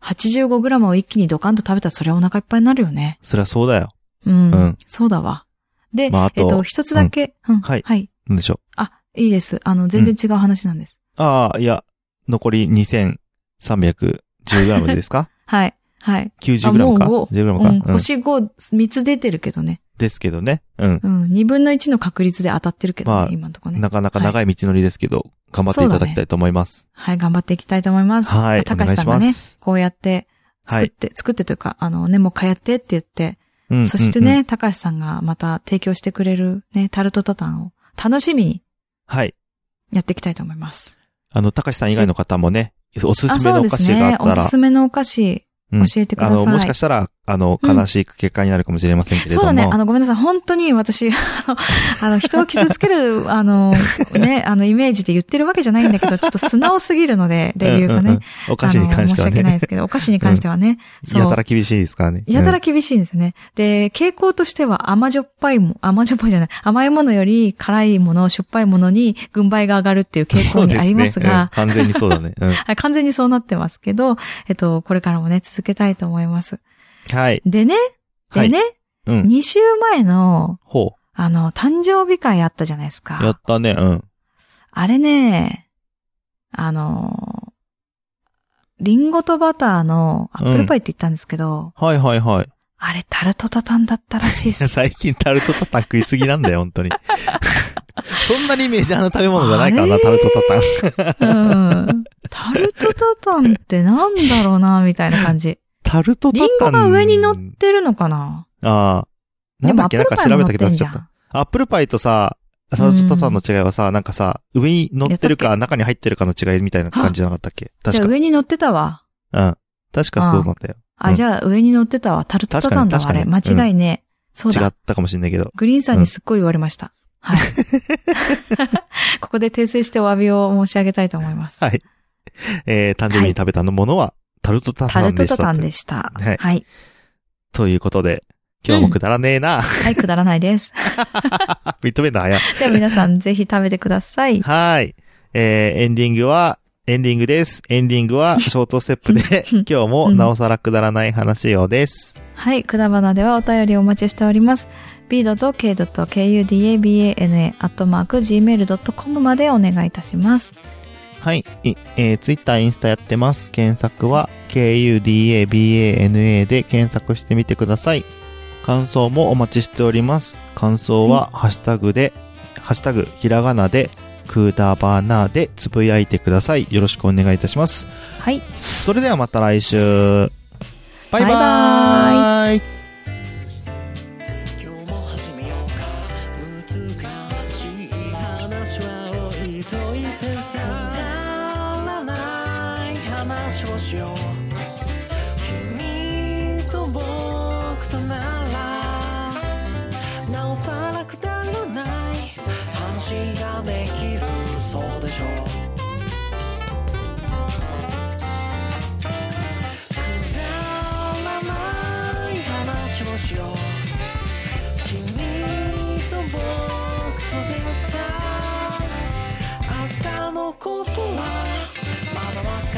Speaker 2: 85g を一気にドカンと食べたらそれはお腹いっぱいになるよね。
Speaker 1: そりゃそうだよ。
Speaker 2: うん。
Speaker 1: うん
Speaker 2: そうだわ。で、
Speaker 1: まああと
Speaker 2: えっと、一つだけ、うん、
Speaker 1: はい
Speaker 2: はい。
Speaker 1: なんでしょ
Speaker 2: あ、いいです。あの、全然違う話なんです。
Speaker 1: う。ああ、いや、残り 2310g です
Speaker 2: <laughs>
Speaker 1: か
Speaker 2: はい。はい。
Speaker 1: 90g か
Speaker 2: あもう
Speaker 1: ?10g
Speaker 2: う
Speaker 1: か、
Speaker 2: ん、
Speaker 1: うん
Speaker 2: 星5、3つ出てるけどね。
Speaker 1: ですけどね。うん。
Speaker 2: うん、2分の1の確率で当たってるけどね、
Speaker 1: まあ
Speaker 2: 今のとこね。
Speaker 1: なかなか長い道のりですけど、頑張っていただきたいと思います。
Speaker 2: はい、頑張っていきたいと思います。
Speaker 1: はい
Speaker 2: 高橋さんが
Speaker 1: お願い
Speaker 2: ね
Speaker 1: します、
Speaker 2: こうやって、
Speaker 1: はい
Speaker 2: 作って、作ってというか、あのね、もう一回やってって言って、
Speaker 1: うん
Speaker 2: そして。
Speaker 1: うんうん
Speaker 2: ね、高橋さんがまた提供してくれるね、タルトタタンを楽しみに
Speaker 1: はい。
Speaker 2: やっていきたいと思います。
Speaker 1: あの、高橋さん以外の方もね、おす
Speaker 2: あ、
Speaker 1: すめ
Speaker 2: そ
Speaker 1: の
Speaker 2: う
Speaker 1: お
Speaker 2: で
Speaker 1: 菓
Speaker 2: す
Speaker 1: 子があっ
Speaker 2: ね。
Speaker 1: た
Speaker 2: お
Speaker 1: ら
Speaker 2: す、すめのお菓子、
Speaker 1: うん
Speaker 2: 教えてくだ
Speaker 1: あ
Speaker 2: さい。
Speaker 1: の、もしかしたら、あの、
Speaker 2: うん
Speaker 1: 悲しい結果になるかもしれませんけれども。
Speaker 2: そうだね。あの、ごめんなさい。本当に私、 <laughs> あの、あの人を傷つけ
Speaker 1: <laughs>
Speaker 2: る、あの、ね、あの、イメージで言ってるわけじゃないんだけど、ちょっと素直すぎるので、レビューが
Speaker 1: うんうんうん
Speaker 2: ね。。
Speaker 1: お菓子に関しては
Speaker 2: あの申し訳ない
Speaker 1: ね
Speaker 2: で。すけど、お菓子に関してはね。そう
Speaker 1: やたら厳しいですからね。
Speaker 2: やたら
Speaker 1: うん
Speaker 2: 厳しいんですね。で、傾向としては甘じょっぱいも、甘じょっぱいじゃない、甘いものより辛いもの、しょっぱいものに軍配が上がるっていう傾
Speaker 1: そ
Speaker 2: 向
Speaker 1: う
Speaker 2: に
Speaker 1: で
Speaker 2: あり
Speaker 1: ね
Speaker 2: ますが、
Speaker 1: うん完全にそうだね。うん
Speaker 2: はい完全にそうなってますけど、えっと、これからもね、続けたいと思います。
Speaker 1: はい。
Speaker 2: でね、
Speaker 1: は
Speaker 2: <laughs> で
Speaker 1: い
Speaker 2: ね、。
Speaker 1: うん。
Speaker 2: 2週前の、
Speaker 1: ほ
Speaker 2: あの、誕生日会あったじゃないです
Speaker 1: う。や
Speaker 2: か
Speaker 1: っ。たね。うん。
Speaker 2: あれね、あの、リンゴとバターのアップルパイって言ったんですけど、
Speaker 1: はいはい
Speaker 2: <laughs>
Speaker 1: はい。
Speaker 2: あれタルトタタンだったらしい
Speaker 1: <laughs>
Speaker 2: っす。
Speaker 1: 最近タルトタタン食いすぎなんだよ、本
Speaker 2: <laughs>
Speaker 1: 当に。そんなにメジャーな食べ物じゃないから
Speaker 2: あ
Speaker 1: な、
Speaker 2: れ
Speaker 1: タルトタタン。
Speaker 2: <laughs> うんタルトタタンってなんだろうな、みたいな感じ。
Speaker 1: タルトタ
Speaker 2: <laughs> リ
Speaker 1: タン
Speaker 2: ン。ゴが上に乗ってるのかな
Speaker 1: ああ。なんだっけ
Speaker 2: で
Speaker 1: なん
Speaker 2: も
Speaker 1: か調べたけど
Speaker 2: ア
Speaker 1: 忘れ
Speaker 2: ップルパイに乗ってん
Speaker 1: ち
Speaker 2: じ
Speaker 1: ゃ
Speaker 2: ゃ
Speaker 1: っ
Speaker 2: ん
Speaker 1: た。アップルパイとさ、タルトタタンの違いはさ、なんかさ、上に乗ってるか中に入ってるかの違いみたいな感じじゃなかったっけ確
Speaker 2: じゃ
Speaker 1: か。
Speaker 2: あ
Speaker 1: うん。
Speaker 2: 上に乗ってたわ。
Speaker 1: 確かそうなんだよ。
Speaker 2: あ、
Speaker 1: うん
Speaker 2: じゃあ上に乗ってたわ。タルトタタンだわ、
Speaker 1: 確
Speaker 2: あ
Speaker 1: かに
Speaker 2: れ。間
Speaker 1: 確かに
Speaker 2: 違いねえ。そう
Speaker 1: 違
Speaker 2: だ
Speaker 1: っ。たかもしれないけど。
Speaker 2: グリーンさんにすっごい言われました。はい。 <laughs> ここで訂正してお詫びを申し上げたいと思います。
Speaker 1: はい。えー、誕生日に食べたのものは、タルトタ
Speaker 2: タ
Speaker 1: タ
Speaker 2: ル
Speaker 1: ン
Speaker 2: ト
Speaker 1: でし
Speaker 2: タ
Speaker 1: た
Speaker 2: タ
Speaker 1: っ
Speaker 2: ン
Speaker 1: て。
Speaker 2: でした。
Speaker 1: はい
Speaker 2: はい。
Speaker 1: ということで、今日もくだらねえな。
Speaker 2: はい、くだらないです。
Speaker 1: <laughs> 認めんの早い。
Speaker 2: では皆さんぜひ食べてください。
Speaker 1: はい。えー、エンディングは、エンディングです。エンディングは、ショートステップで、今日もなおさらくだらない話をです。
Speaker 2: はい、くだばなではお便りお待ちしております。b.k.kudabana.gmail.com までお願いいたします。
Speaker 1: はい。いえー、ツイッター、インスタやってます。検索は、KUDABANA で検索してみてください。感想もお待ちしております。感想は、ハッシュタグで、ハッシュタグ、ひらがなで、くだばなでつぶやいてください。よろしくお願いいたします。
Speaker 2: はい。
Speaker 1: それではまた来週。バイバ
Speaker 2: バイバ
Speaker 1: ーイ
Speaker 4: 今日も始めようか難しい話は置いといてさくだらない話をしよう君と僕とならなおさらくだらない話ができるそうでしょうくだらない話をしよう「君と僕とでさ」「明日のことはまだわ